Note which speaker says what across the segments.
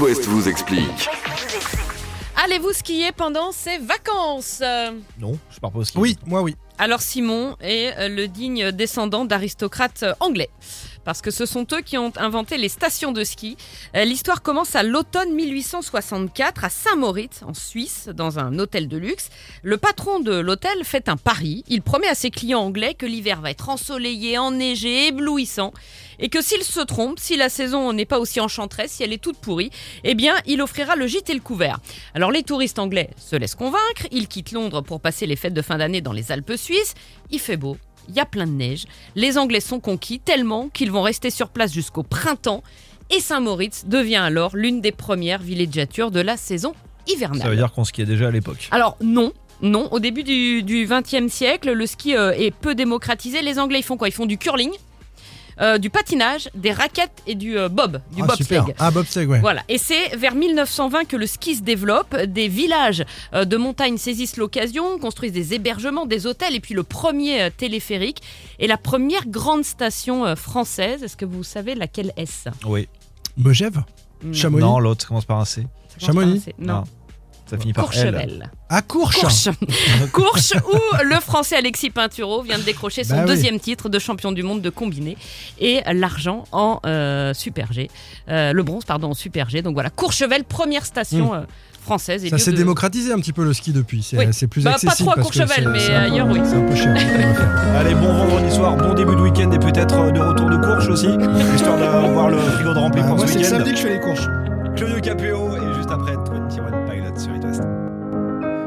Speaker 1: West vous explique.
Speaker 2: Allez-vous skier pendant ces vacances Euh,
Speaker 3: Non, je pars pas au ski.
Speaker 4: Oui, moi oui.
Speaker 2: Alors Simon est euh, le digne descendant d'aristocrates euh, anglais. Parce que ce sont eux qui ont inventé les stations de ski. Euh, L'histoire commence à l'automne 1864 à Saint-Moritz, en Suisse, dans un hôtel de luxe. Le patron de l'hôtel fait un pari. Il promet à ses clients anglais que l'hiver va être ensoleillé, enneigé, éblouissant. Et que s'il se trompe, si la saison n'est pas aussi enchanteresse, si elle est toute pourrie, eh bien, il offrira le gîte et le couvert. Alors les touristes anglais se laissent convaincre, ils quittent Londres pour passer les fêtes de fin d'année dans les Alpes suisses, il fait beau, il y a plein de neige, les Anglais sont conquis tellement qu'ils vont rester sur place jusqu'au printemps, et Saint-Moritz devient alors l'une des premières villégiatures de la saison hivernale.
Speaker 3: Ça veut dire qu'on skiait déjà à l'époque.
Speaker 2: Alors non. Non, au début du XXe siècle, le ski euh, est peu démocratisé. Les Anglais, ils font quoi Ils font du curling, euh, du patinage, des raquettes et du euh, bob, du
Speaker 4: ah,
Speaker 2: bobsleigh.
Speaker 4: super. Ah, bobsleigh, ouais.
Speaker 2: Voilà, et c'est vers 1920 que le ski se développe. Des villages euh, de montagne saisissent l'occasion, construisent des hébergements, des hôtels, et puis le premier euh, téléphérique et la première grande station euh, française. Est-ce que vous savez laquelle est-ce
Speaker 3: Oui.
Speaker 4: Megève
Speaker 2: Hmm.
Speaker 4: Chamonix
Speaker 3: Non, l'autre commence par un C. Ah.
Speaker 2: Ça commence par
Speaker 4: Chamonix
Speaker 2: un
Speaker 4: Ah,
Speaker 2: C. Non.
Speaker 3: Ça finit par L.
Speaker 2: Courchevel.
Speaker 4: À Courche
Speaker 2: Courche. Courche, où le français Alexis Pinturo vient de décrocher son
Speaker 4: Bah oui.
Speaker 2: deuxième titre de champion du monde de combiné et l'argent en euh, Super G. Euh, le bronze, pardon, en Super G. Donc voilà, Courchevel, première station euh, française. et
Speaker 4: Hmm. Ça
Speaker 2: lieu
Speaker 4: s'est
Speaker 2: de-
Speaker 4: démocratisé un petit peu le ski depuis. C'est
Speaker 2: Oui.
Speaker 4: c'est plus
Speaker 2: Bah, pas
Speaker 4: accessible.
Speaker 2: trop à
Speaker 4: parce que
Speaker 2: Courchevel,
Speaker 4: c'est-
Speaker 2: mais
Speaker 4: c'est un peu-
Speaker 2: ailleurs, oui.
Speaker 4: C'est un peu cher. hein, comme affaire.
Speaker 3: Allez, bon vendredi soir, bon début de week-end et peut-être euh, de retour de course aussi, histoire d'avoir le frigo de rempli
Speaker 4: Bah,
Speaker 3: pour
Speaker 4: moi,
Speaker 3: ce
Speaker 4: c'est le
Speaker 3: week-end.
Speaker 4: samedi que je fais les courses.
Speaker 3: Claudio Capéo et juste après 21 Pilot sur It West.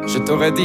Speaker 1: Je t'aurais dit.